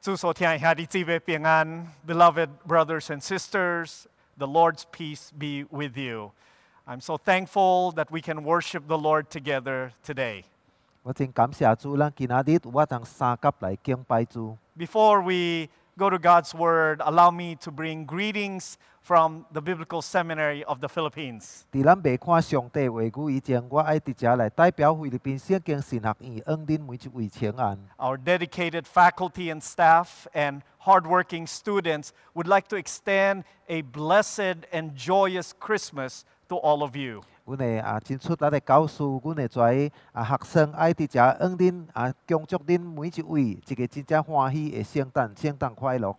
主所听的兄弟姊妹平安，beloved brothers and sisters, the Lord's peace be with you. I'm so thankful that we can worship the Lord together today. 我真感谢主，咱今仔日有法通三甲来敬拜主。 Before we go to God's Word, allow me to bring greetings from the Biblical Seminary of the Philippines. 伫咱未看上帝话语以前，我爱伫遮来代表菲律宾圣经神学院恩恁每一位请安。 Our dedicated faculty and staff and hardworking students would like to extend a blessed and joyous Christmas to all of you. 阮的啊真出力的教师，阮的遮啊学生爱伫遮恩恁啊，恭祝恁每一位一个真正欢喜的圣诞，圣诞快乐。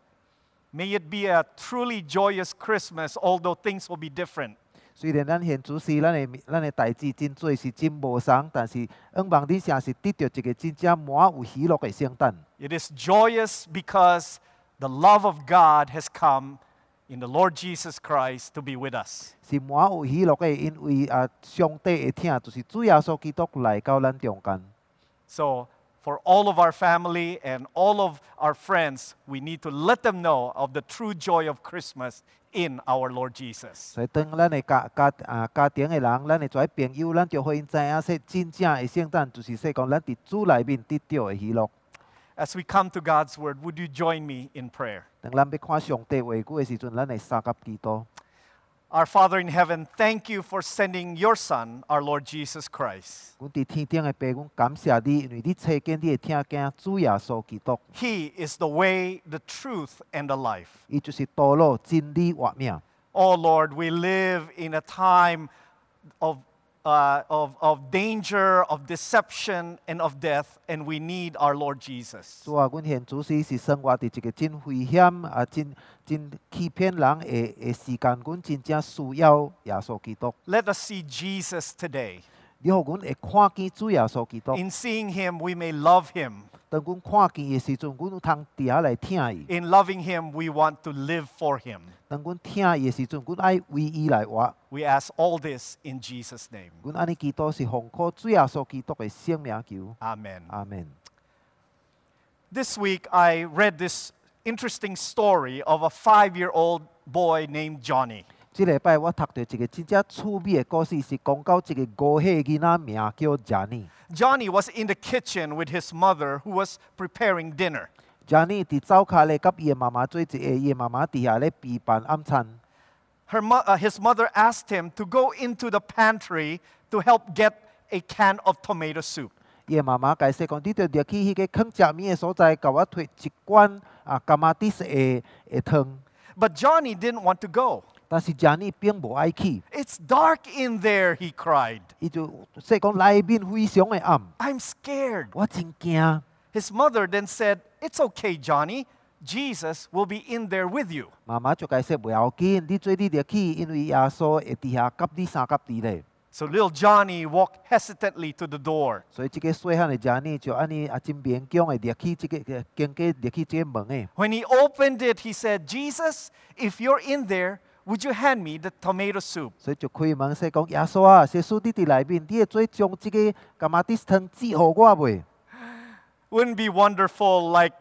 May it be a truly joyous Christmas, although things will be different. 虽然咱现主事，咱的咱的代志真多是真无相，但是恩望恁诚实得到一个真正满有喜乐的圣诞。 It is joyous because the love of God has come in the Lord Jesus Christ to be with us. 是满有喜乐的，因为啊，上帝的疼就是主耶稣基督来到咱中间。 So, for all of our family and all of our friends, we need to let them know of the true joy of Christmas in our Lord Jesus. 所以当咱的家家啊家庭的人，咱的遮朋友，咱就互因知影说，真正的圣诞就是说讲咱伫主内面得到的喜乐。 As we come to God's Word, would you join me in prayer? 当咱要看上帝话语的时阵，咱会三甲基督。 Our Father in heaven, thank you for sending your Son, our Lord Jesus Christ. 阮伫天顶的爸，阮感谢你，因为你找见你的听见主耶稣基督， He is the way, the truth, and the life. 伊就是道路、真理、活命。 Oh Lord, we live in a time of, uh, of, of danger, of deception, and of death, and we need our Lord Jesus. 主啊，阮现主时是生活伫一个真危险啊，真真欺骗人诶诶时间，阮真正需要耶稣基督。 Let us see Jesus today. 你互阮会看见主耶稣基督， In seeing him, we may love him. 当阮看见诶时阵，阮有通伫遐来听伊； In loving him, we want to live for him. 当阮听伊诶时阵，阮爱为伊来活。 We ask all this in Jesus' name. 阮安尼基督是奉靠主耶稣基督诶圣名求。 Amen. 阿门。 This week, I read this interesting story of a five year old boy named Johnny. 即礼拜我读到一个真正趣味诶故事，是讲到一个五岁的囡仔，名叫 Johnny。 Johnny was in the kitchen with his mother, who was preparing dinner. Johnny 伫灶骹咧，甲伊诶妈妈做一下，伊诶妈妈伫遐咧备办晚餐。 Her mo- uh, his mother asked him to go into the pantry to help get a can of tomato soup. 伊的妈妈解释讲，你着入去迄个藏食物的所在，甲我摕一罐啊甘马迪斯的的汤。 But Johnny didn't want to go. 但是詹尼并无爱去， It's dark in there, he cried. 伊就说讲内面非常的暗， I'm scared. 我真惊。 His mother then said, It's okay, Johnny. Jesus will be in there with you. 妈妈就解释袂要紧，你做你入去，因为耶稣会伫遐甲你三甲你咧。 So little Johnny walked hesitantly to the door. 所以即个细汉的詹尼就安尼啊真勉强的入去即、个呃经过入去即个门诶。 When he opened it, he said, Jesus, if you're in there, would you hand me the tomato soup? 所以就开门说讲耶稣啊，耶稣你伫内面，你会做将即个甘马迪斯汤寄互我袂？ Wouldn't it be wonderful, like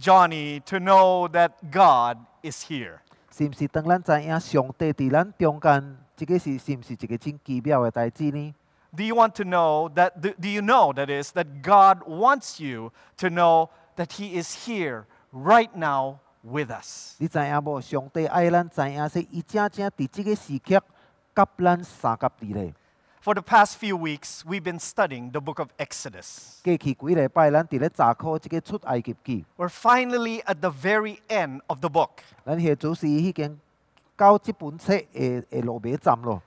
Johnny, to know that God is here? 是毋是当咱知影上帝伫咱中间，即个是是毋是一个真奇妙的代志呢？ Do you want to know that? Do, do you know that is that God wants you to know that He is here right now with us? 你知影无？上帝爱咱，知影说伊正正伫即个时刻甲咱相甲伫咧。 For the past few weeks, we've been studying the book of Exodus. 过去几礼拜，咱伫咧查考即个出埃及记， We're finally at the very end of the book. 咱现主是迄间到即本册的的落尾站咯。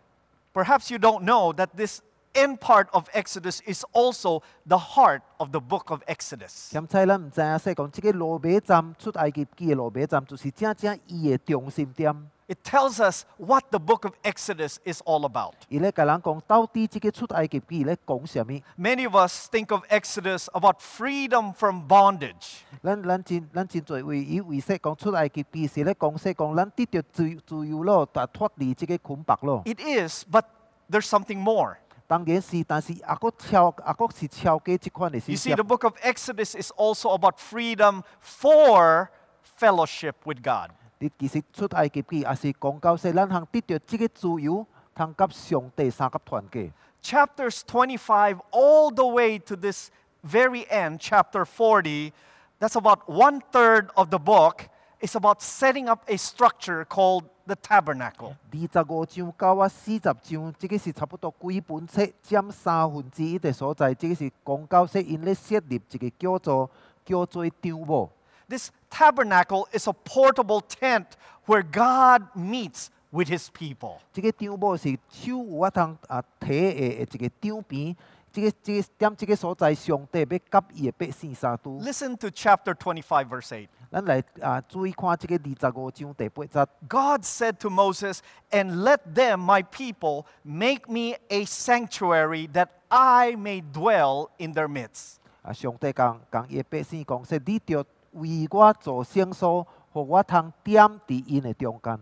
Perhaps you don't know that this end part of Exodus is also the heart of the book of Exodus. 兼且咱毋知影说讲即个落尾站出埃及记的落尾站，就是正正伊的中心点。 It tells us what the book of Exodus is all about. 伊咧甲咱讲，到底即个出埃及记咧讲啥物？ Many of us think of Exodus about freedom from bondage. 咱咱真咱真侪位以为说讲出埃及记是咧讲说讲咱得到自自由咯，但脱离即个捆绑咯。 It is, but there's something more. 但当然是，但是也佫超也佫是超过即款的 You 信 see, 息 the。book of Exodus is also about freedom for fellowship with God. 你其實出埃及記也是講到說，咱通得到即個自由，通甲上帝三甲團結。 Chapters 25 all the way to this very end, chapter 40, that's about one third of the book, is about setting up a structure called the tabernacle. 二十五章到啊四十章，即個是差不多幾本冊佔三分之一的所在。即個是講到說，因咧設立一個叫做叫做帳幕。 This tabernacle is a portable tent where God meets with his people. 即個帳幕是手有法通啊摕的的一個帳邊。即個即個點即個所在，上帝要甲伊的百姓相拄。 Listen to chapter 25, verse 8. 咱來啊注意看即個二十五章第八節。 God said to Moses, And let them, my people, make me a sanctuary that I may dwell in their midst. 啊，上帝讲讲伊的百姓讲说，你着为我做圣所，互我通点伫因的中间。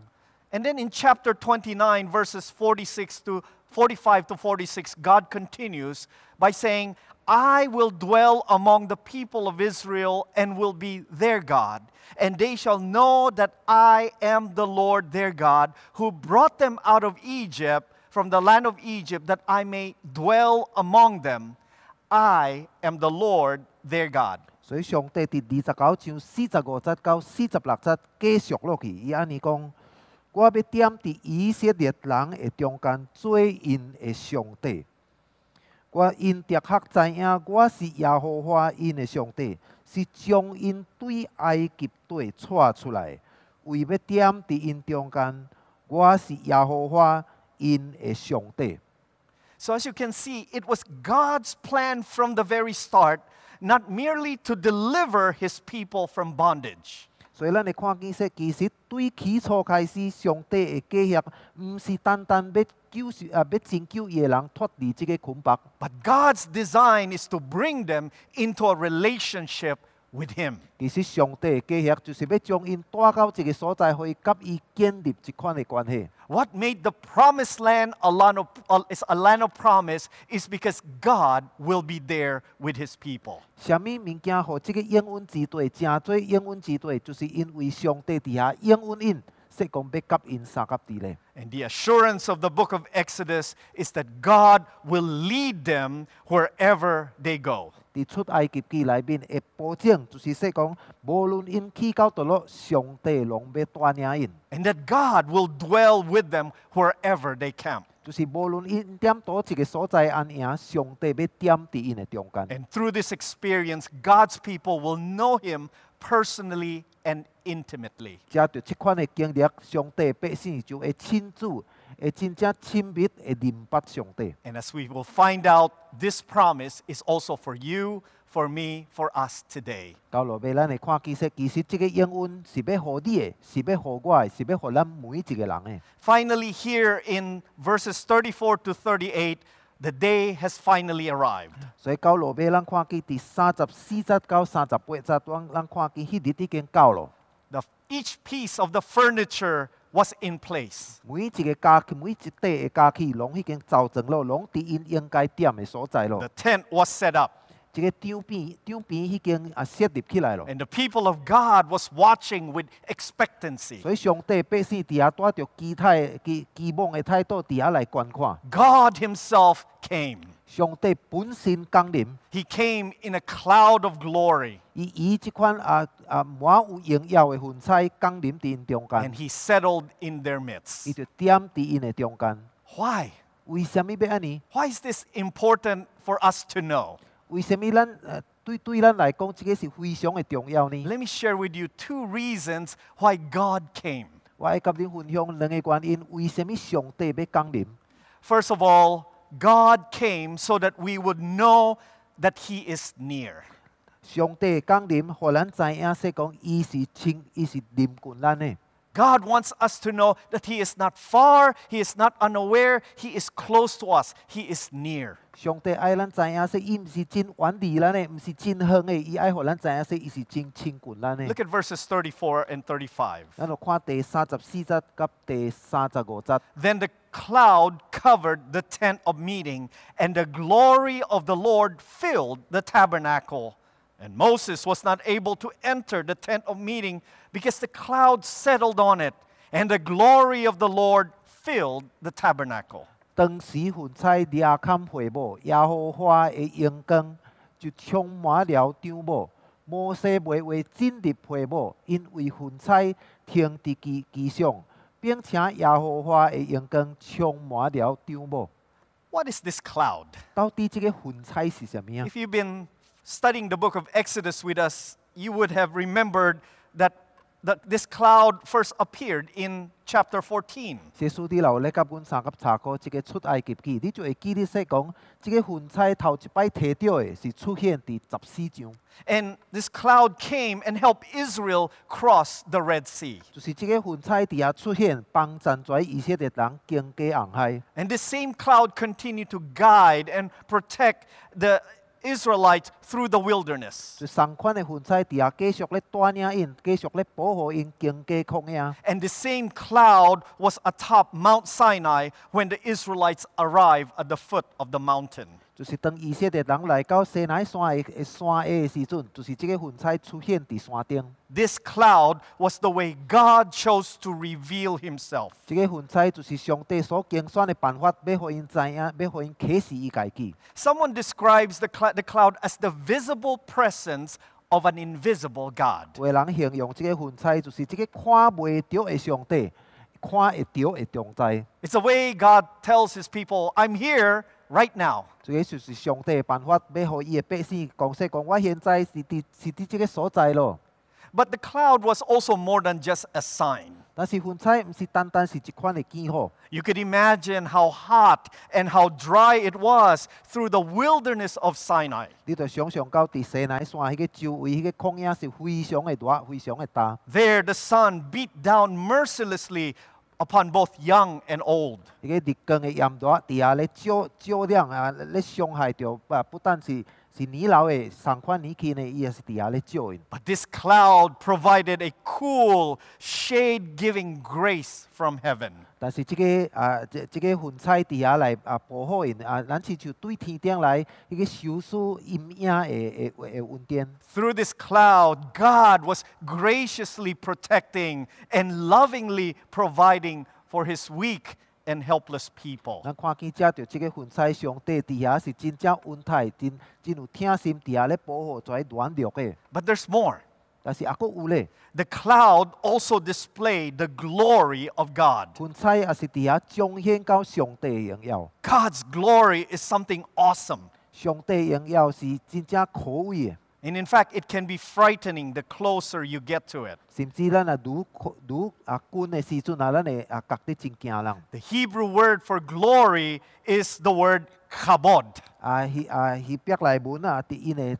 And then in chapter 29, verses 46 to 45 to 46, God continues by saying, I will dwell among the people of Israel and will be their God. And they shall know that I am the Lord their God, who brought them out of Egypt, from the land of Egypt, that I may dwell among them. I am the Lord their God. 所以上帝伫二十九章四十五节到四十六节继续落去，伊安尼讲：我要点伫以色列人的中间做因的上帝。我因的确知影，我是耶和华因的上帝，是将因对埃及地带出来，为要点伫因中间。我是耶和华因的上帝。 So, as you can see, it was God's plan from the very start, not merely to deliver his people from bondage. 所以咱会看见说，其实对起初开始，上帝的计划，毋是单单要救赎啊，要拯救伊的人脱离即个捆绑， But God's design is to bring them into a relationship with him. 其实上帝的计划就是要将因带到一个所在，可以甲伊建立一款的关系。 What made the promised land a land of, uh, is a land of promise is because God will be there with his people. 啥物物件，互即个应允之地，真做应允之地，就是因为上帝伫遐应允因，说讲要甲因相甲伫咧。 And the assurance of the book of Exodus is that God will lead them wherever they go. 伫出埃及记内面的保证，就是说讲，无论因去到倒落，上帝拢要带领因。 and that God will dwell with them wherever they camp. 就是無論因點倒一個所在安營，上帝要點伫因的中間。 And through this experience, God's people will know Him personally and intimately. 藉着即款的經歷，上帝的百姓就會親自、會真正親密會認捌上帝。 And as we will find out, this promise is also for you, for me, for us today. 到落尾，咱會看見說，其實即個應允是要互你的，是要互我的，是要互咱每一個人的。 Finally, here in verses 34 to 38, the day has finally arrived. 所以到落尾，咱看見第三十四節到三十八節，咱咱看見迄日已經到咯。 The, each piece of the furniture was in place. 每一個家具，每一塊的家具，攏已經造成咯，攏伫因應該點的所在咯。 The tent was set up, 即個張邊張邊已經啊設立起來咯， and the people of God was watching with expectancy. 所以上帝百姓伫遐帶着期待、期期望的態度伫遐來觀看。 God Himself came. 上帝本身降臨， He came in a cloud of glory 伊以即款啊啊满有榮耀的雲彩降臨伫因中 and 間， He settled in their 伊 midst. 就點佇因的中間。 Why? 為什物要安尼？ Why is this important for us to know? 為什物咱呃對對咱來講，即個是非常的重要呢？ Let me share with you two reasons why God came. 我愛甲恁分享兩個原因，為什物上帝要降臨？ First of all, God came so that we would know that He is near. 上帝降臨，互咱知影說講，伊是親，伊是臨近咱的。 God wants us to know that He is not far, He is not unaware, He is close to us, He is near. 上帝爱咱知影说，伊毋是真远离咱的，毋是真远的，伊爱互咱知影说，伊是真亲近咱的。 Look at verses 34 and 35. 咱就看第三十四节甲第三十五节， Then the cloud covered the tent of meeting, and the glory of the Lord filled the tabernacle. And Moses was not able to enter the tent of meeting because the cloud settled on it, and the glory of the Lord filled the tabernacle. 当时云彩掠砍回幕，耶和华的阳光就充满了帐幕。摩西袂话进入会幕，因为云彩停伫其其上，并且耶和华的阳光充满了帐幕。 What is this cloud? 到底这个云彩是什么啊？ If you've been studying the book of Exodus with us, you would have remembered that the, this cloud first appeared in chapter 14. 耶稣啲留咧甲阮三甲查过，即个出埃及记，你就会记咧说讲，即、个云彩头一摆摕到的是出现伫十四章， And this cloud came and helped Israel cross the Red Sea. 就是即个云彩伫遐出现，帮站跩以色列人经过红海。 And this same cloud continued to guide and protect the Israelites through the wilderness. 就相款的云彩伫遐继续咧带领因，继续咧保护因经过旷野。 And the same cloud was atop Mount Sinai when the Israelites arrived at the foot of the mountain. 就是当以色列人来到西乃山的的山下的时阵，就是即个云彩出现伫山顶。 This cloud was the way God chose to reveal himself. 即、个云彩就是上帝所精选的办法，要互因知影，要互因启示伊家己。 Someone describes the, cl- the cloud as the visible presence of an invisible God. 有的人形容即个云彩，就是即个看袂到的上帝，看会到的中在。 It's the way God tells his people, I'm here right now. 即个就是上帝的办法，要互伊的百姓讲说讲，我现在是伫是伫即个所在咯。 But the cloud was also more than just a sign. 但是云彩毋是单单是一款的记号， You could imagine how hot and how dry it was through the wilderness of Sinai. 你着想象到伫西乃山迄个周围迄个旷野是非常的热，非常的大。 There, the sun beat down mercilessly upon both young and old. 迄个日光的炎热伫遐咧照照亮啊，咧伤害着啊，不但是是年老的，上款年轻的，伊也是伫遐咧照因。 But this cloud provided a cool, shade giving grace from heaven. 但是即、个啊，即、即、个云彩伫遐来啊保护因啊，咱是就对天顶来迄个收束阴影的的的云典。 Through this cloud, God was graciously protecting and lovingly providing for his weak and helpless people. 咱看见遮着即个云彩上帝伫遐是真正恩待，真真有疼心伫遐咧保护遮软弱的。 But there's more. 但是还佫有咧， The cloud also displayed the glory of God. 云彩也是伫遐彰显到上帝的荣耀。 God's glory is something awesome. 上帝的荣耀是真正可畏的， And in fact, it can be frightening the closer you get to it. 甚至咱啊愈靠愈啊近的时阵啊，咱会啊觉得真惊人。 The Hebrew word for glory is the word kabod. 啊，希啊希伯来文啊，伫因诶，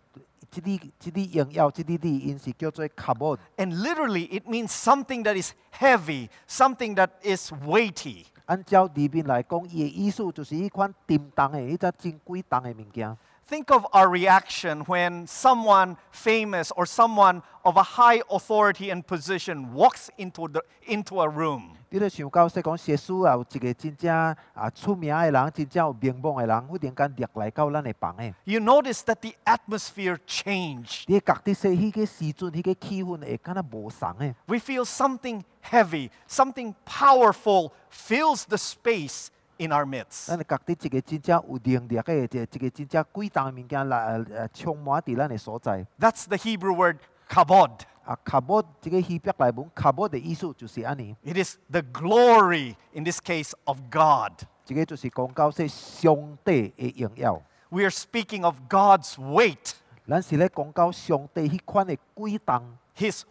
即啲即啲用药，即啲字，因是叫做 carbon， And literally, it means something that is heavy, something that is weighty. 按照字面来讲，伊诶意思就是迄款沉重诶，迄只真贵重诶物件。 Think of our reaction when someone famous or someone of a high authority and position walks into, the, into a room. 你咧想到说讲，耶稣啊，有一个真正啊出名诶人，真正有名望诶人，忽然间掠来到咱诶房诶， You notice that the atmosphere changed. 你会觉得说迄个时阵，迄、个气氛会敢若无同诶。 We feel something heavy, something powerful fills the space in our midst. 咱会觉得一个真正有能力诶，一个一个真正贵重诶物件来呃呃充满伫咱诶所在。 That's the Hebrew word kabod. 啊，卡波即个希伯来文卡波的意思就是安尼， It is the glory, in this case, of God. 即个就是讲到说上帝的荣耀。 We are speaking of God's weight, 咱是咧讲到上帝迄款的贵重， His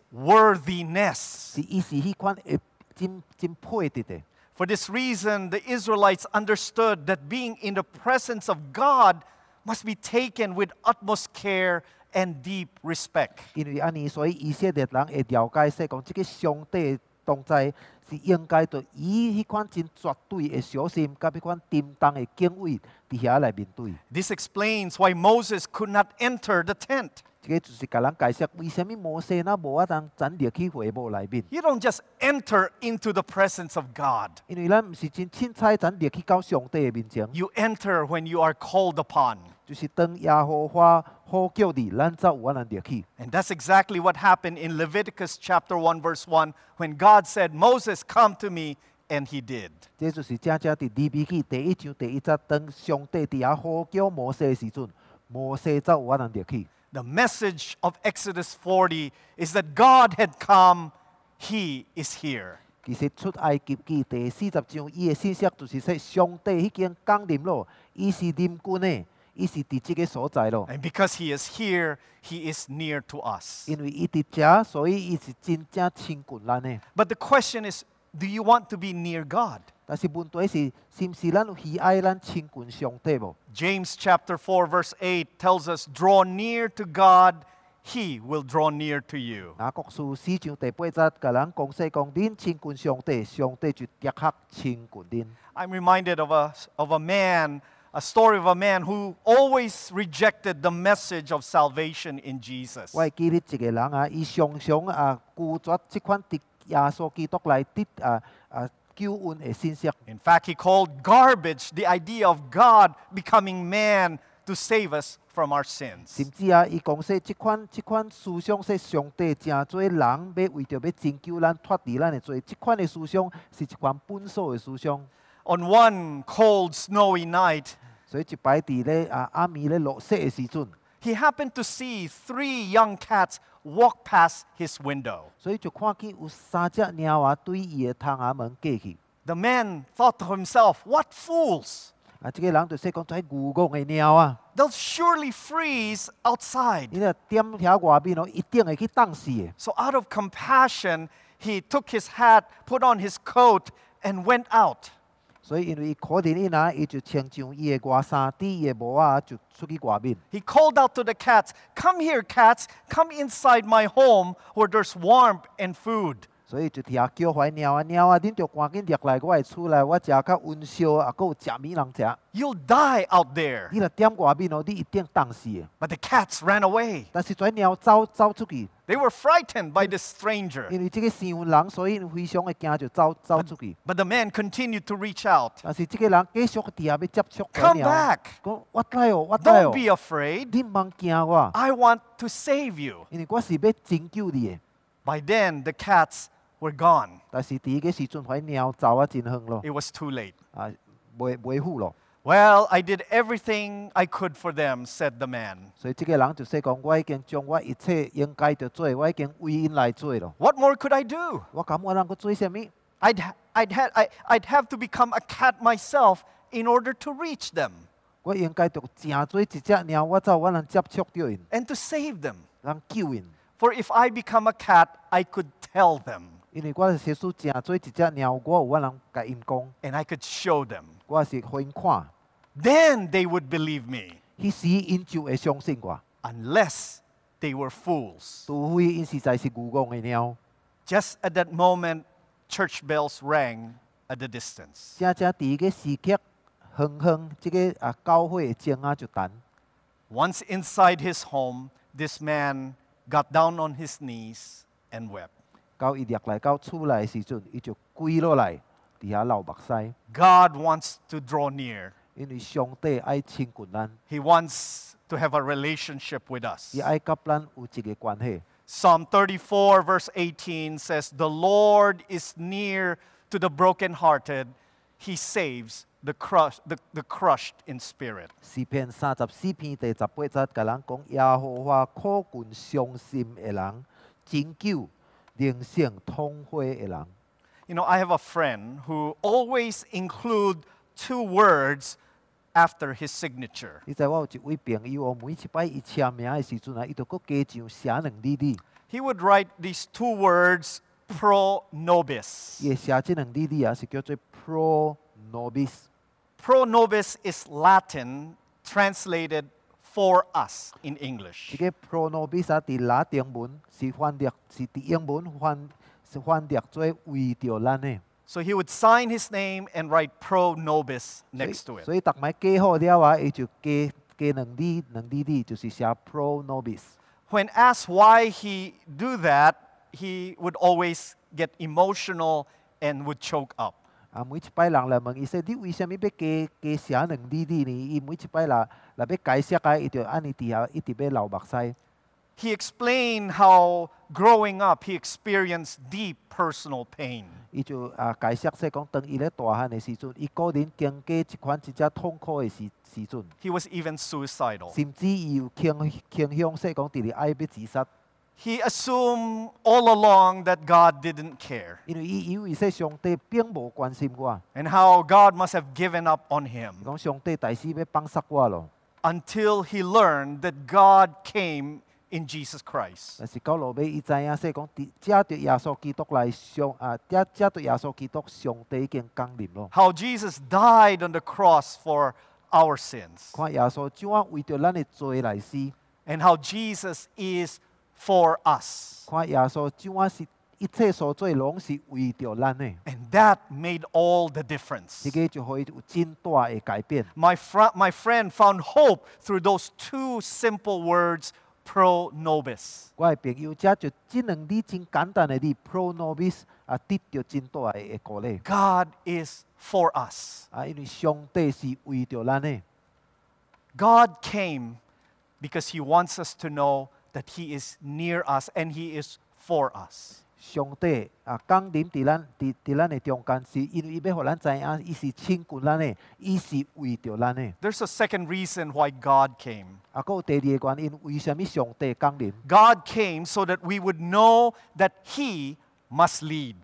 worthiness. 是伊是迄款的真真配得的。 For this reason, the Israelites understood that being in the presence of God must be taken with utmost care and deep respect. 因为安尼，所以以色列人会了解说讲，即个上帝的同在是应该着以迄款真绝对的小心，甲迄款沉重的敬畏伫遐来面对。 This explains why Moses could not enter the tent. 这个就是甲咱解释为什么摩西那无法通咱入去会幕内面， You don't just enter into the presence of God, 因为咱毋是真凊彩咱入去到上帝的面前， you enter when you are called upon. 就是当耶和华呼叫你，咱才有法通入去。 And that's exactly what happened in Leviticus chapter 1, verse 1, when God said, Moses, come to me, and he did. 这就是正正伫利未记第一章第一节，当上帝伫遐呼叫摩西的时阵，摩西才有法通入去。 The message of Exodus 40 is that God had come, he is here. 其實出埃及記第四十章，伊嘅信息就是說，上帝迄間降臨咯，伊是臨軍的，伊是伫即個所在咯。 And because he is here, he is near to us. 因為伊伫遮，所以伊是真正親近咱的。 But the question is, do you want to be near God? 但是問題是，是毋是咱有喜愛咱親近上帝無？ James chapter 4 verse 8 tells us draw near to God he will draw near to you. 雅各書四章第八節，甲咱講說講，恁親近上帝，上帝就立刻親近恁。 I'm reminded of a of a man, a story of a man who always rejected the message of salvation in Jesus. 我會記得一個人啊，伊常常啊拒絕即款佇耶穌基督內得啊啊救恩的信息。 In fact, he called garbage the idea of God becoming man to save us from our sins. 甚至啊，伊讲说，即款即款思想说，上帝真侪人要为着要拯救咱脱离咱的罪，即款的思想是一款本素的思想。 On one cold, snowy night, 所以一摆伫咧啊暗暝咧落雪的时阵， he happened to see three young cats walk past his window. 所以就看见有三只猫仔对伊的窗仔门过去。 The man thought to himself, What fools! 啊，即、个人就说讲，遮牛公的猫啊， They'll surely freeze 伊 outside. 若踮遐外面哦，一定会去冻死的。 So, out of compassion, he took his hat, put on his coat, and went out. 所以因为伊可怜伊呐，伊就穿上伊的外衫，戴伊的帽仔，就出去外面。 He called out to the cats, Come here, cats, come inside my home where there's warmth and food. 所以就听叫徊猫啊猫啊，恁着赶紧入来我的厝内，我食较温烧，啊，搁有食米通食。 You'll die out there. 你若踮外面哦，你一定冻死的。 But the cats ran away. 但是跩猫走走出去， They were frightened by this stranger. 因为即个生份人，所以因非常的惊，就走走出去。 But the man continued to reach out. 但是即个人继续伫遐要接触跩 Come 猫 back. 讲我来哦，我来哦 Don't，be afraid. 你毋茫惊我， I want to save you. 因为我是要拯救你的。 By then, the cats were gone. 但是伫迄个时阵，跩猫走啊真远咯， It was too late. 啊，袂袂赴咯。 Well, I did everything I could for them, said the man. 所以即个人就说讲，我已经将我一切应该着做的，我已经为因来做咯。 What more could I do? 我感觉咱搁做啥物？ I'd, ha- I'd, had I, I'd have to become a cat myself in order to reach them 我应该着真做一只猫，我走我能接触到因， and to save them. 能救因。 For if I become a cat, I could tell them 因为我是耶稣真做一只猫，我有法通甲因讲， and I could show them. 我是互因看， Then they would believe me, 迄时因就会相信我， unless they were fools. 除非因实在是牛戆的猫。 Just at that moment, church bells rang at the distance. 正正伫个时刻，哼哼，即个啊教会的钟啊就等。 Once inside his home, this man got down on his knees and wept. 到伊入来到厝内的时阵，伊就跪落来，伫遐流目屎， God wants to draw near. 因为上帝爱亲近咱， He wants to have a relationship with us. 伊爱甲咱有一个关系。 Psalm 34, verse 18 says, The Lord is near to the brokenhearted, He saves the, crush, the, the crushed in spirit. 视篇三十四篇第十八节，甲咱讲耶和华苦近伤心的人，拯救灵性痛悔的人。 You know, I have a friend who always include two words after his signature. 你知我有一位朋友哦，每一摆伊签名的时阵啊，伊就佫加上写两字字， He would write these two words, pro nobis. 伊会写即两字字啊，是叫做 pro nobis。 Pro nobis is Latin translated for us in 这 English. 个 pro nobis 啊，伫拉丁文是翻译，是伫英文翻是翻译做为着咱的。 So he would sign his name and write pro nobis 所以 next to 所 it. 以逐摆加好了啊，伊就加加两字两字字，就是写 pro nobis。 when asked why he do that, he would always get emotional and would choke up. 啊，每一擺人來問伊說：你為什物要加加寫兩字字呢？伊每一擺啦，若要解釋啊，伊就安尼底下一直要流目屎。 He explained how growing up he experienced deep personal pain. 伊就啊解釋說講，當伊咧大漢的時陣，伊個人經過一款真正痛苦的時時陣， He was even suicidal. 甚至伊有傾傾向說講，直直愛要自殺， He assumed all along that God didn't care 因為伊以為說上帝並無關心我， and how God must have given up on 伊 him 講上帝大使要放殺我咯。 until he learned that God came in Jesus Christ. 但是到落尾，啊伊知影說講，佇遮着耶穌基督來上啊，遮遮着耶穌基督，上帝已經降臨咯。 How Jesus died on the cross for our sins 看耶穌怎啊為着咱的罪來死， and how Jesus is for us. 看耶穌怎啊是一切所做攏是為着咱的， And that made all the difference. 這個就可以有真大的改變。 My, fr- my friend found hope through those two simple words, pro nobis. 我的朋友遮就即兩字真簡單的字 pro nobis 啊，得到真大的鼓勵 God is for us. 啊，因為上帝是為着咱的， God came because he wants us to know that he is near us and he is for us. 上帝啊降臨佇咱佇佇咱的中間，是因為伊要互咱知影，伊是親近咱的，伊是為着咱的。 There's a second reason why God came. 啊，還有第二個原因，為什物上帝降臨？ God came so that we would know that he must lead.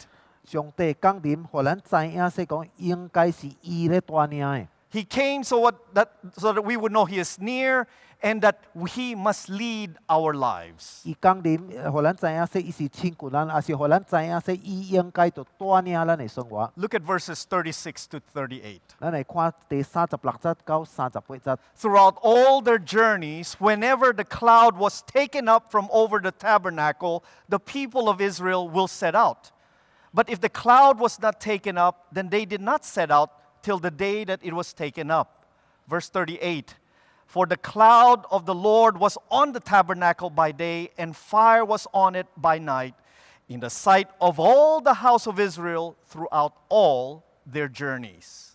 上帝降臨，互咱知影，說講應該是伊咧帶領的。 He came so, what, that, so that we would know he is near and that he must lead our lives. 伊降臨，呃互咱知影，說伊是親近咱，也是互咱知影，說伊應該就帶領咱的生活。 Look at verses 36 to 38. 咱来看第三十六節到三十八節， Throughout all their journeys, whenever the cloud was taken up from over the tabernacle, the people of Israel will set out. But if the cloud was not taken up, then they did not set out till the day that it was taken up. Verse 38 For the cloud of the Lord was on the tabernacle by day, and fire was on it by night, in the sight of all the house of Israel throughout all their journeys.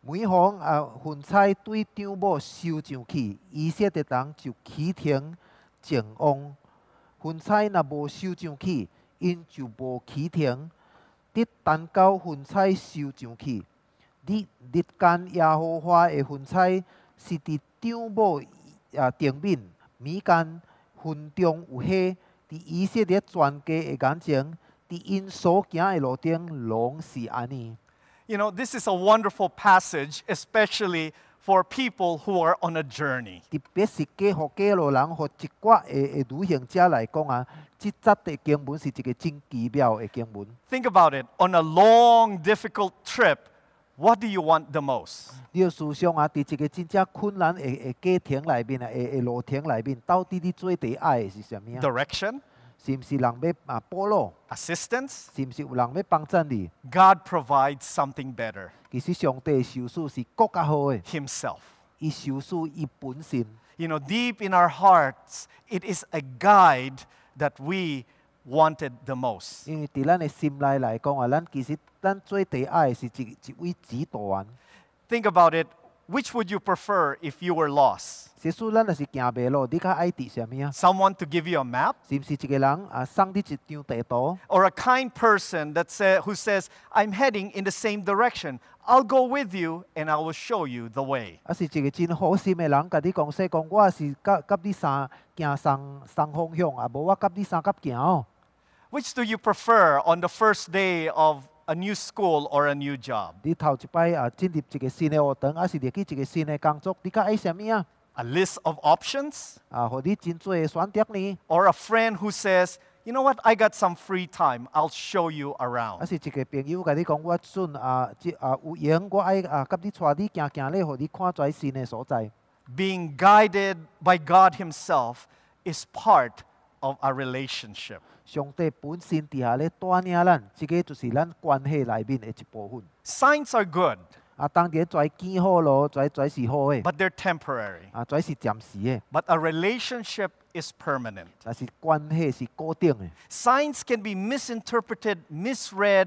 每逢啊云彩对张某收上去，以色列人就起停前往；云彩若无收上去，因就无起停。直等到云彩收上去，日日间耶和华的云彩是伫张某啊顶面，暝间云中有火，伫以色列全家的眼前，伫因所行的路顶，拢是安尼。 You know, this is a wonderful passage, especially for people who are on a journey. 特別是計予計路人和一寡的的旅行者來講啊，即節的經文是一個真奇妙的經文。 Think about it on a long, difficult trip, what do you want the most? 你要思想啊，佇一個真正困難的的過程內面啊，的的路程內面，到底你最第一愛的是啥物啊？ Direction, 是毋是人要啊保路？ assistance. 是毋是有人要幫助你？ God provides something better 其實上帝的受死是更較好的， Himself. 伊受死伊本身， You know, deep in our hearts, it is a guide that we wanted the most. 因為佇咱的心內來講啊，咱其實咱最第一愛的是一一位指導員。 Think about it. Which would you prefer if you were lost? 實際咱若是行袂路，你較愛佇啥物啊？ Someone to give you a map? 是毋是一個人啊送你一張地圖， or a kind person that sa- who says, I'm heading in the same direction. I'll go with you and I will show you the way. 啊是一個真好心的人，甲你講說講，我是甲甲你相行相相方向，啊無我甲你相甲行哦。 Which do you prefer on the first day of a new school or a new job? 你頭一擺啊進入一個新的學堂，啊是入去一個新的工作，你較愛啥物啊？ A list of options 啊，互你真多的選擇呢？ or a friend who says, You know what? I got some free time. I'll show you 啊 around. 是一個朋友甲你講，我陣啊即啊有閒，我愛啊甲你帶你行行咧，互你看遮新的所在。 Being guided by God Himself is part of our relationship. 上帝本身底下咧帶領咱，即個就是咱關係內面的一部分。 Signs are good, 啊，當然跩見好咯，跩跩是好嘅， but they're temporary. 啊，跩是暫時嘅， But a relationship is permanent. 但是關係是固定嘅。 Signs can be misinterpreted, misread,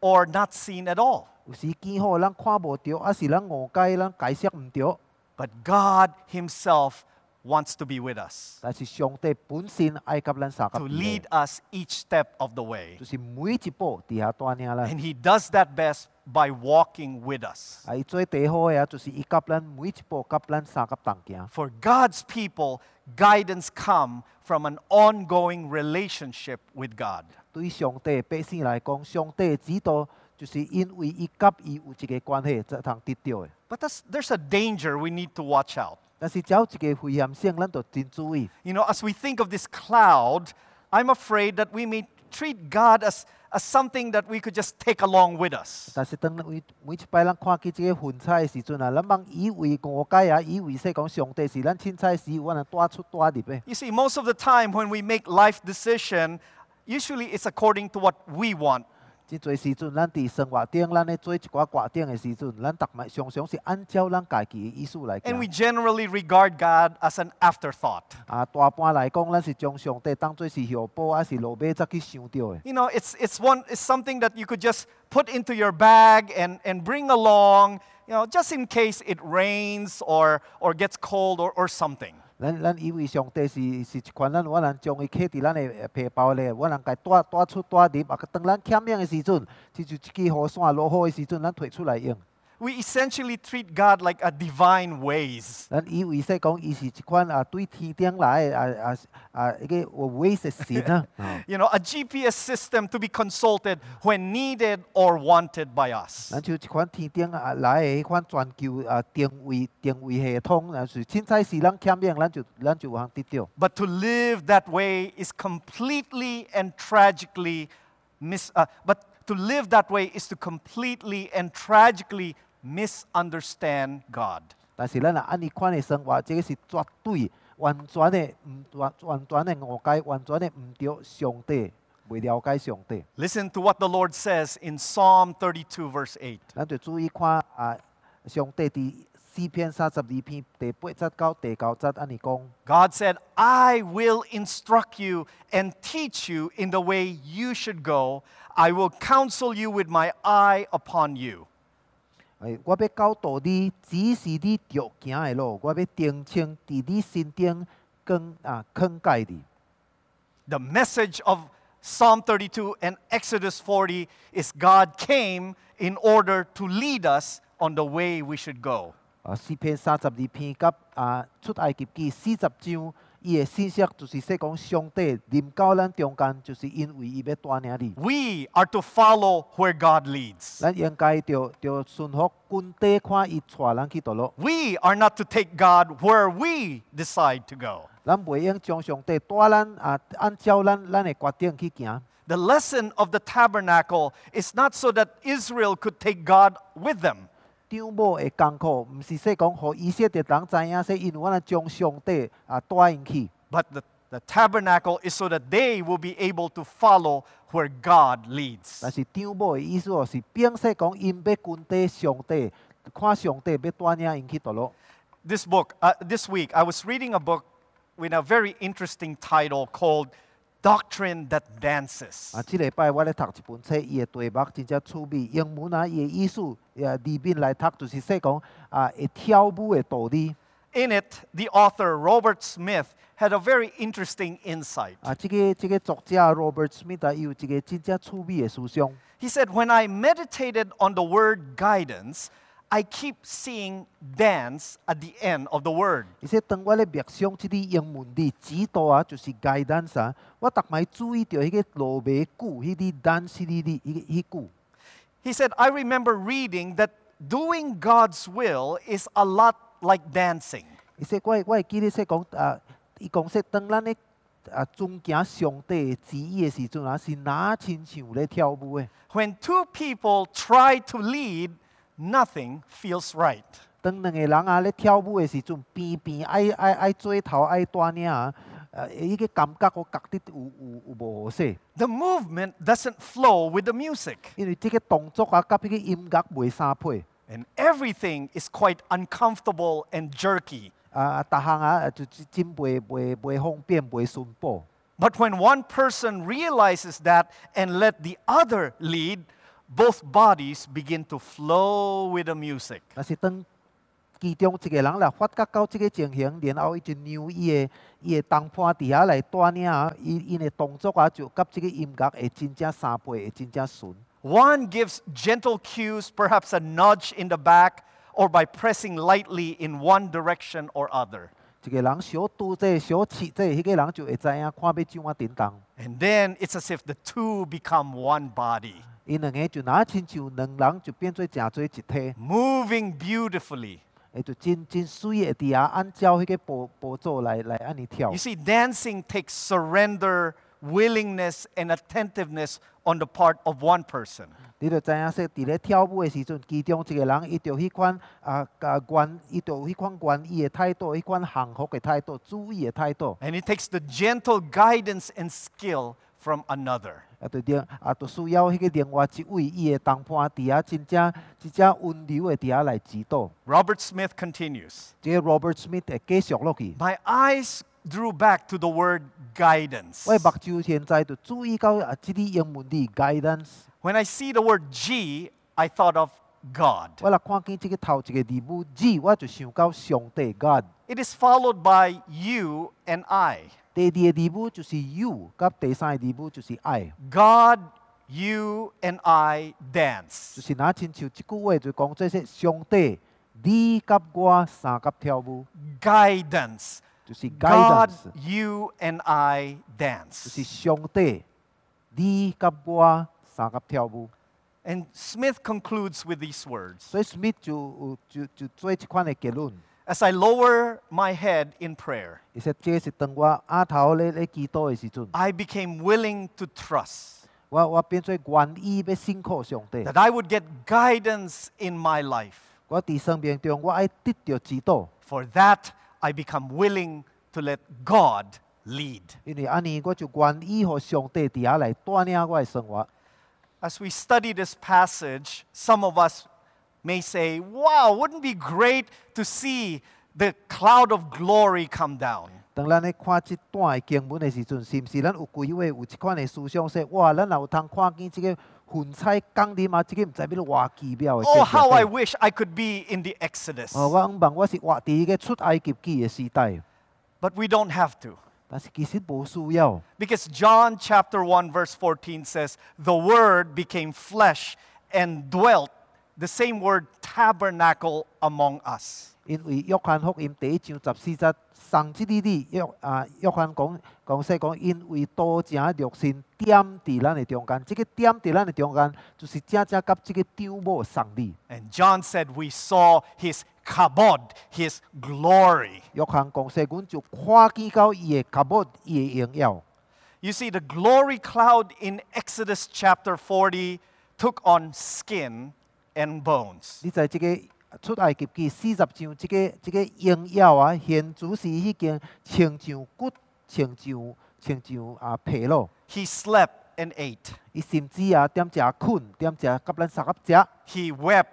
or not seen at all. 有時見好，咱看無到，啊是咱誤解，咱解釋唔到。 But God Himself wants to be with us, 但是上帝本身愛甲咱相 to 合意 lead 嘅， us each step of the way. 就是每一步底下帶領咱。 And He does that best by walking with us. 啊，伊做第好嘅啊，就是伊甲咱每一步甲咱相合同行。 For God's people, guidance come from an ongoing relationship with God. 對上帝嘅百姓來講，上帝嘅指導就是因為伊甲伊有一個關係，才通得到嘅。 But that's, there's a danger we need to watch out. 但是只要有一個危險性，咱就真注意。 You know, as we think of this cloud, I'm afraid that we may treat God as, as something that we could just take along with us. 但是當每每一擺咱看見即個云彩嘅時陣啊，咱茫以為誤解啊，以為說講上帝是咱凊彩時，我能帶出帶入嘅。 You see, most of the time when we make life decision, usually it's according to what we want. 真侪時陣，咱佇生活頂，咱咧做一寡決定嘅時陣，咱逐擺常常是按照咱家己嘅意思來 And we 行。 generally regard God as an afterthought. 啊，大半來講，咱是將上帝當作是後補，還是落尾才去想到嘅。 You know, it's, it's, one, it's something that you could just put into your bag and, and bring along, you know, just in case it rains or, or gets cold or, or something. 咱咱以為上帝是是一款咱我能將伊揢佇咱嘅皮包咧，我能家帶帶出帶入，啊，當咱欠用嘅時陣，即就一支雨傘落雨嘅時陣，咱摕出來用。 We essentially treat God like a divine ways. 咱以為說講伊是一款啊對天頂來的啊啊啊迄個有位嘅神啊。啊 You know, a GPS system to be consulted when needed or wanted by us. 咱像一款天顶啊来的迄款全球啊定位定位系统，若是凊彩是咱欠用，咱就咱就有通得到。 But to live that way is completely and tragically mis. Uh, but to live that way is to completely and tragically misunderstand God. 但是咱若按伊款的生活，即个是绝对完全的毋完完全的误解，完全的毋对上帝，未了解上帝。 Listen to what the Lord says in Psalm 32, verse 8. 咱就注意看啊，上帝伫四篇三十二篇第八节到第九节安尼讲。 God said, I will instruct you and teach you in the way you should go. I will counsel you with my eye upon you. 哎，我要教导你，指示你着行的路。我要定睛伫你身顶更啊更改你。 The message of Psalm 32 and Exodus 40 is God came in order to lead us on the way we should go. 啊，四篇三十二篇甲啊出埃及记四十章，伊的信息就是说讲上帝临到咱中间，就是因为伊要带领你。 We are to follow where God leads. 咱应该着着顺服军队，看伊带咱去倒路。 We are not to take God where we decide to go. 咱袂用将上帝带咱啊，按照咱咱的决定去行。 The lesson of the tabernacle is not so that Israel could take God with them. 张某的艰苦，毋是说讲，互以色列人知影，说因为我若将上帝啊带因去， But the, the tabernacle is so that they will be able to follow where God leads. 但是张某的意思哦，是并说讲，因要军队上帝，看上帝要带领因去倒落。 This book, uh, this week, I was reading a book with a very interesting title called Doctrine That Dances. 啊，即礼拜我咧读一本册，伊的题目真正趣味，英文啊，伊的意思，呃，字面来读就是说讲啊，会跳舞的道理。 In it, the author Robert Smith had a very interesting insight. 啊，即、个即、个作者 Robert Smith 啊，伊有一个真正趣味的思想。 He said, When I meditated on the word guidance, I keep seeing dance at the end of the word. 伊说，当我咧默想即啲英文字指导啊，就是 guidance 啊，我逐摆注意到迄个落尾句，迄啲 dance 迄啲迄迄句。 He said, I remember reading that doing God's will is a lot like dancing. 伊说，我会我会记咧说讲啊，伊讲说，当咱咧啊遵行上帝的旨意的时阵啊，是哪亲像咧跳舞的。 When two people try to lead, nothing feels right. 当两个人啊咧跳舞的时阵，边边爱爱爱做头爱带领啊，呃，迄个感觉我觉得有有有无好势， The movement doesn't flow with the music. 因为即个动作啊，甲迄个音乐袂相配。 And everything is quite uncomfortable and jerky. 啊，逐项啊就真真袂袂袂方便，袂顺步。 But when one person realizes that and let the other lead, both bodies begin to flow with the music. 但是当其中一个人来发觉到即个情形，然后伊就让伊的伊的同伴伫遐来带领啊，伊因的动作啊，就甲即个音乐会真正相配，会真正顺。 One gives gentle cues, perhaps a nudge in the back, or by pressing lightly in one direction or other. 一个人小拄者、小刺者，迄个人就会知影看要怎啊点动。 And then it's as if the two become one body, 因两个就若亲像两人就变做诚做一体， moving beautifully. 会就真真水的伫遐按照迄个步步骤来来安尼跳 You。see, dancing takes surrender, willingness, and attentiveness on the part of one person. 你就知影说，伫咧跳舞的时阵，其中一个人伊着迄款啊啊愿，伊着迄款愿意的态度，迄款幸福的态度、注意的态度， And it takes the gentle guidance and skill from another. 啊，着另啊，着需要迄个另外一位伊的同伴伫遐真正真正温柔的伫遐来指导。 Robert Smith continues 即、个 Robert Smith 会继续落去。 My eyes drew back to the word guidance. 我的目睭现在就注意到啊，即个英文字 guidance。 When I see the word G, I thought of God. 我若看见即个头一个字母 G，我就想到上帝 God。 It is followed by you and I. 第二个字母就是 U，甲第三个字母就是 I， God, you, and I 就 dance. 是若亲像即句话就讲即说上帝，你甲我三甲跳舞， Guidance. 就是 God, guidance， you, and I 就 dance. 是上帝，你甲我三甲跳舞。 And Smith concludes with these words 所以 Smith 就有就就做即款的结论， As I lower my head in prayer, 伊说这是当我阿头咧咧祈祷的时阵， I became willing to trust 我我变做愿意要信靠上帝。 that I would get guidance in my life. 我伫生命中，我爱得到指导， For that, I become willing to let God lead. 因为安尼我就愿意互上帝伫遐来带领我的生活。 As we study this passage, some of us may say, Wow, wouldn't it be great to see the cloud of glory come down? 当咱咧看即段的经文的时阵，是毋是咱有几位有即款的思想说，哇，咱若有通看见即个云彩降临啊，即、个毋知要偌奇妙的景 Oh, 象。 how I wish I could be in the Exodus. 哦，我希望我是活伫迄个出埃及记的时代， But we don't have to. 但是其实无需要， Because John chapter 1 verse 14 says, "The word became flesh and dwelt the same word tabernacle among us." 因为约翰福音第一章十四节，上即哩哩约啊约翰讲讲说讲，因为多正肉身点伫咱的中间，即、个点伫咱的中间，就是正正甲即个张某上你。 And John said, "We saw his kabod, his glory." 约翰讲说，阮就看见到伊的甲某，伊的荣耀。 You see the glory cloud in Exodus chapter 40 took on skin and bones. 你知即个出埃及记四十章，即、个即、个荣耀啊，现主是迄间穿上骨，穿上穿上啊皮咯。 He slept and ate. 伊甚至啊点食困，点食甲咱相合食。 He wept,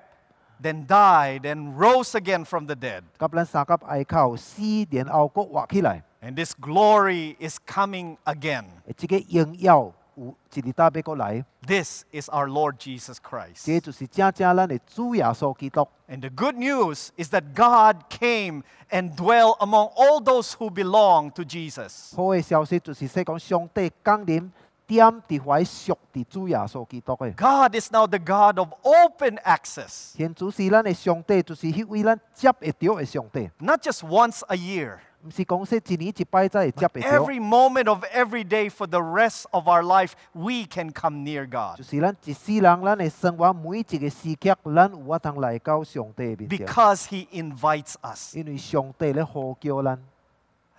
then died and rose again from the dead. 甲咱三甲哀哭死，然后佫活起来。 And this glory is coming again. 即个荣耀有一日搭要佫来， This is our Lord Jesus Christ. 这就是正正咱的主耶稣基督。 And the good news is that God came and dwell among all those who belong to Jesus. 好的消息就是说讲上帝降临，点伫怀属伫主耶稣基督的。 God is now the God of open access, 现主是咱的上帝，就是迄位咱接会着的上帝， not just once a year, 毋是讲说一年一摆才会接会着， every moment of every day for the rest of our life, we can come near 就 God 是咱一世人咱的生活每一个时刻，咱有法通来到上帝的面前， because He invites us. 因为上帝咧呼叫咱。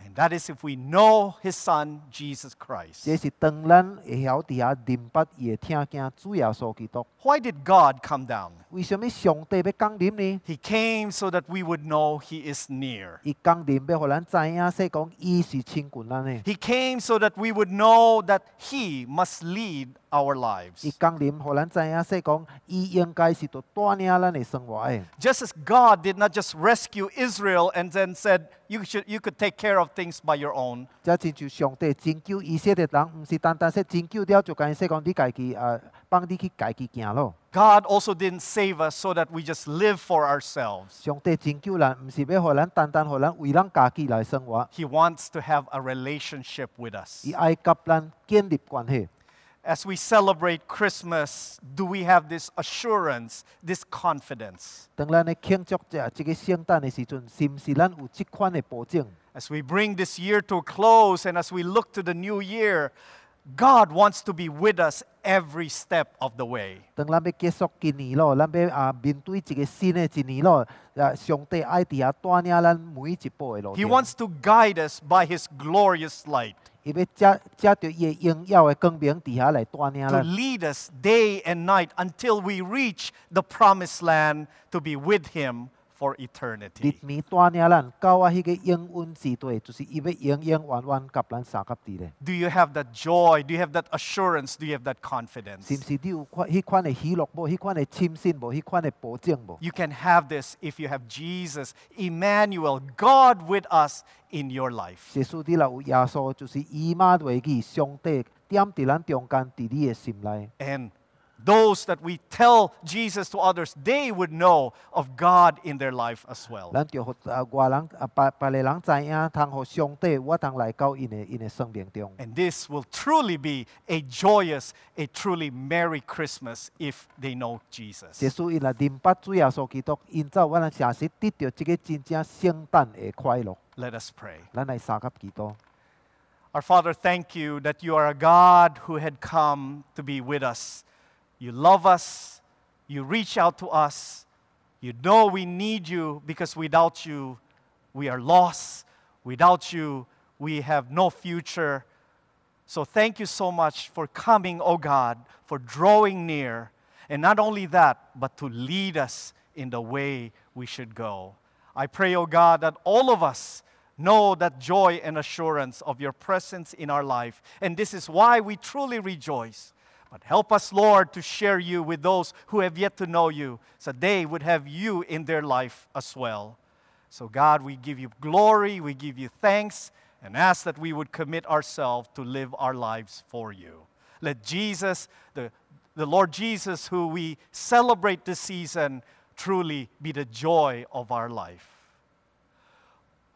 And that is if we know his son, Jesus Christ. 这是当咱会晓伫遐明白伊的听见主耶稣基督。 Why did God come down? 为什么上帝要降临呢？ He came so that we would know he is near. 伊降临要互咱知影，说讲伊是亲近咱的。 He came so that we would know that he must lead our 伊 lives. 降临，互咱知影，说讲伊应该是着带领咱的生活的。 Just as God did not just rescue Israel and then said, you, should, you could take care of things by your own. 则亲像上帝拯救以色列人，毋是单单说拯救了就甲伊说讲，你家己啊，放你去家己行咯。 God also didn't save us so that we just live for ourselves. 上帝拯救咱，毋是要互咱单单互咱为咱家己来生活， He wants to have a relationship with us. 伊爱甲咱建立关系。 As we celebrate Christmas, do we have this assurance, this confidence? 当咱咧庆祝者即个圣诞的时阵，是毋是咱有即款的保证？ As we bring this year to a close and as we look to the new year, God wants to be with us every step of the way. 当咱要结束今年咯，咱要啊面对一个新的一年咯，啊上帝爱伫遐带领咱每一步的路 He 程。 wants to guide us by His glorious light, 伊要遮遮着伊的荣耀的光明伫遐来带领 to 咱， lead us day and night until we reach the promised land to be with Him for 日 eternity. 暝带领咱到啊迄个应允之地，就是伊要永永远远甲咱相合伫咧。 Do you have that joy? Do you have that assurance? Do you have that 是毋 confidence? 是你有款迄款的喜乐无？迄款的深信无？迄款的保证无？ You can have this if you have Jesus, Emmanuel, God with us in your life. 耶稣你若有耶稣，就是以马为己，上帝点伫咱中间，伫你的心内。 And those that we tell Jesus to others, they would know of God in their life as well. 咱就互啊外人啊别别个人知影，通互上帝，我通来到因的因的生命中。 And this will truly be a joyous, a truly Merry Christmas if they know 耶 Jesus. 稣因来明白主耶稣基督，因走我咱诚实得到即个真正圣诞的快乐。 Let us pray. 咱来相合基督。 Our Father, thank you that you are a God who had come to be with us. You love us. You reach out to us. You know we need you because without you, we are lost. Without you, we have no future. So thank you so much for coming, O God, for drawing near. And not only that, but to lead us in the way we should go. I pray, O God, that all of us know that joy and assurance of your presence in our life. And this is why we truly rejoice. But help us, Lord, to share you with those who have yet to know you, so they would have you in their life as well. So, God, we give you glory, we give you thanks, and ask that we would commit ourselves to live our lives for you. Let Jesus, the, the Lord Jesus, who we celebrate this season, truly be the joy of our life.